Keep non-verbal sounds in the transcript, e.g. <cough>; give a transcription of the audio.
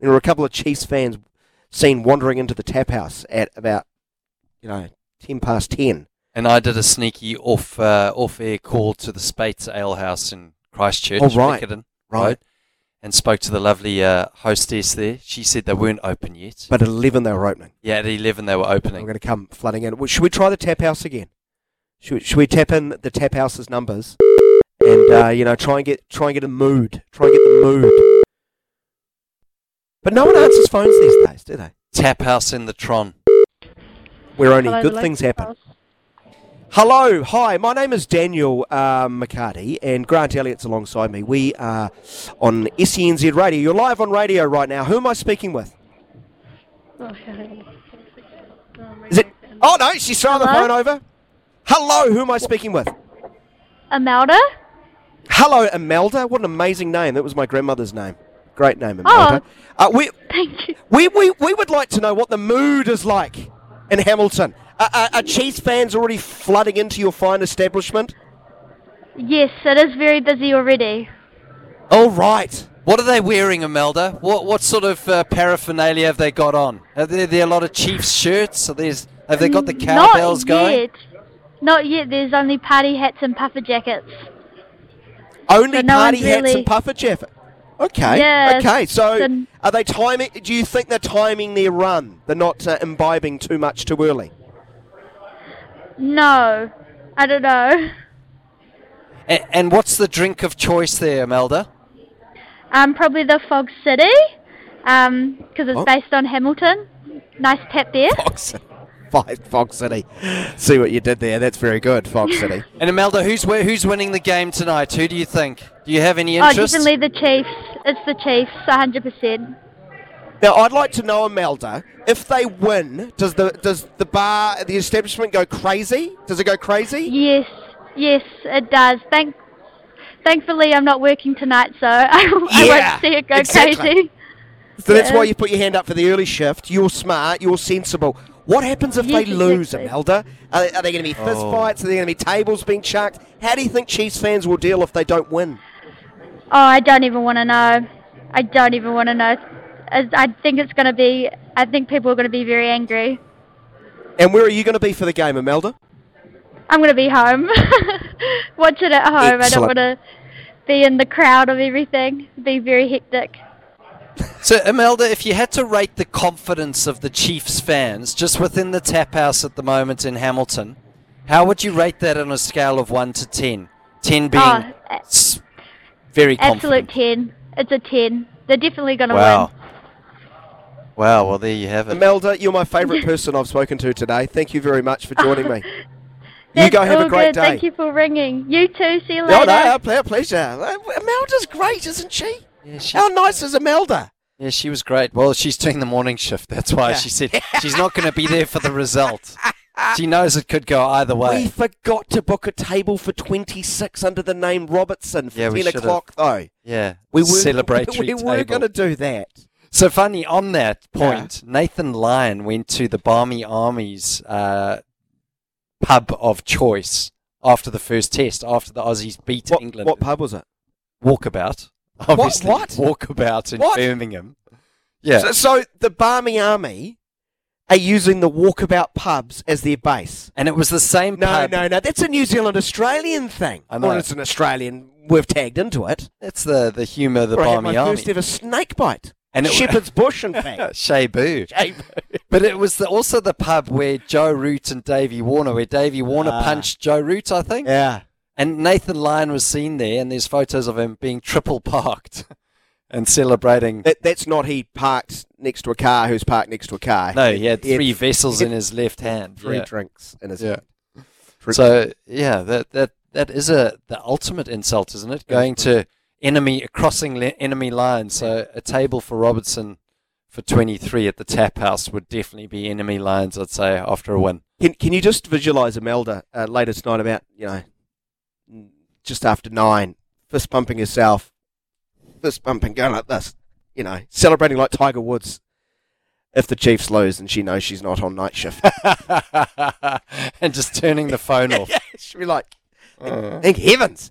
there were a couple of Chiefs fans seen wandering into the tap house at about you know ten past ten. And I did a sneaky off uh, off air call to the Spates Ale House in Christchurch, Oh, right. Riccarton Right. Road, and spoke to the lovely uh, hostess there. She said they weren't open yet. But at eleven they were opening. yeah, at eleven they were They opening. were going to come flooding in. Well, should we try the tap house again? Should we, should we tap in the tap house's numbers and uh, you know try and get try and get a mood, try and get the mood. But no one answers phones these days, do they? Tap house in the Tron. Where only Hello, good the things Lexus happen. House. Hello, hi. My name is Daniel uh, McCarty, and Grant Elliott's alongside me. We are on SENZ Radio. You're live on radio right now. Who am I speaking with? Oh, hang on. Is it? Oh no, she's throwing the Hello? phone over. Hello, who am I speaking with? Amelda? Hello, Imelda. What an amazing name. That was my grandmother's name. Great name, Imelda. Uh, we, Thank you. we, we, we would like to know what the mood is like in Hamilton. Are, are, are Chiefs fans already flooding into your fine establishment? Yes, it is very busy already. All right. What are they wearing, Imelda? What what sort of uh, paraphernalia have they got on? Are there, there a lot of Chiefs shirts? Are there's have they got the Mm, Not cowbells going? yet. Not yet. There's only party hats and puffer jackets. Only So no party one's hats really- and puffer jacket. Okay. Yes, Okay. So, then- are they timing? Do you think they're timing their run? They're not uh, imbibing too much too early. <laughs> No, I don't know. And, and what's the drink of choice there, Imelda? Um, probably the Fog City, because it's Oh. based on Hamilton. Nice pep there. Oh, Fox, Fi- Fox City. See what you did there. That's very good, Fox <laughs> City. And Imelda, who's wi- who's winning the game tonight? Who do you think? Do you have any Oh, interest? definitely the Chiefs. It's the Chiefs, 100%. now, I'd like to know, Imelda, if they win, does the does the bar the establishment go crazy? Does it go crazy? Yes, yes, it does. Thank, thankfully, I'm not working tonight, so <laughs> I, I Yeah, won't see it go exactly. crazy. So that's Yeah. why you put your hand up for the early shift. You're smart. You're sensible. What happens if Yes, they lose, exactly. Imelda? Are, are they going to be fist Oh. fights? Are there going to be tables being chucked? How do you think Chiefs fans will deal if they don't win? Oh, I don't even want to know. I don't even want to know. I, I think it's going to be. I think people are going to be very angry. And where are you going to be for the game, Imelda? I'm going to be home. <laughs> Watch it at Excellent. home. I don't want to be in the crowd of everything. It'd be very hectic. so, Imelda, if you had to rate the confidence of the Chiefs fans just within the tap house at the moment in Hamilton, how would you rate that on a scale of one to ten? Ten being Oh, a- s- very Absolute confident. 10. It's a 10. They're definitely going to Wow. win. Wow. Well, there you have it. Imelda, you're my <laughs> favourite person I've spoken to today. Thank you very much for joining me. You That's go have a all great good. day. Thank you for ringing. You too. See you No, later. no, our ple- pleasure. Uh, Imelda's great, isn't she? Yeah, she, How nice is Imelda? yeah, she was great. Well, she's doing the morning shift. That's why Yeah. she said she's not going to be there for the result. She knows it could go either way. We forgot to book a table for 26 under the name Robertson for Yeah, we 10 should've. o'clock, though. yeah. We were, <laughs> celebratory We table. were going to do that. So funny on that point, Nathan Lyon went to the Barmy Army's uh, pub of choice after the first test, after the Aussies beat What, England. what pub was it? Walkabout. Obviously, what? Walkabout in What? Birmingham. Yeah. So, so the Barmy Army are using the walkabout pubs as their base. and it was the same No, pub. no, no. That's a New Zealand Australian thing. I know. Well, it's an Australian. We've tagged into it. That's the, the humour of the Where I had my Barmy Army. first ever snake bite. And it- <laughs> Shepherd's Bush, in fact. Shea Boo. But it was the, also the pub where Joe Root and Davey Warner, where Davey Warner Ah. punched Joe Root, I think. yeah. And Nathan Lyon was seen there, and there's photos of him being triple parked <laughs> and celebrating. That, that's not he parked next to a car who's parked next to a car. No, he had three had vessels he in his left hand. three yeah. drinks in his Yeah. Three- So yeah, that that that is a the ultimate insult, isn't it? Going to enemy crossing le- enemy lines. So a table for Robertson for 23 at the tap house would definitely be enemy lines. I'd say after a win. <laughs> Can, can you just visualise Imelda uh, late at night about, you know, just after nine, fist pumping herself, fist pumping, going like this, you know, celebrating like Tiger Woods if the Chiefs lose and she knows she's not on night <laughs> shift. and just turning the phone off. She'll be like, thank heavens,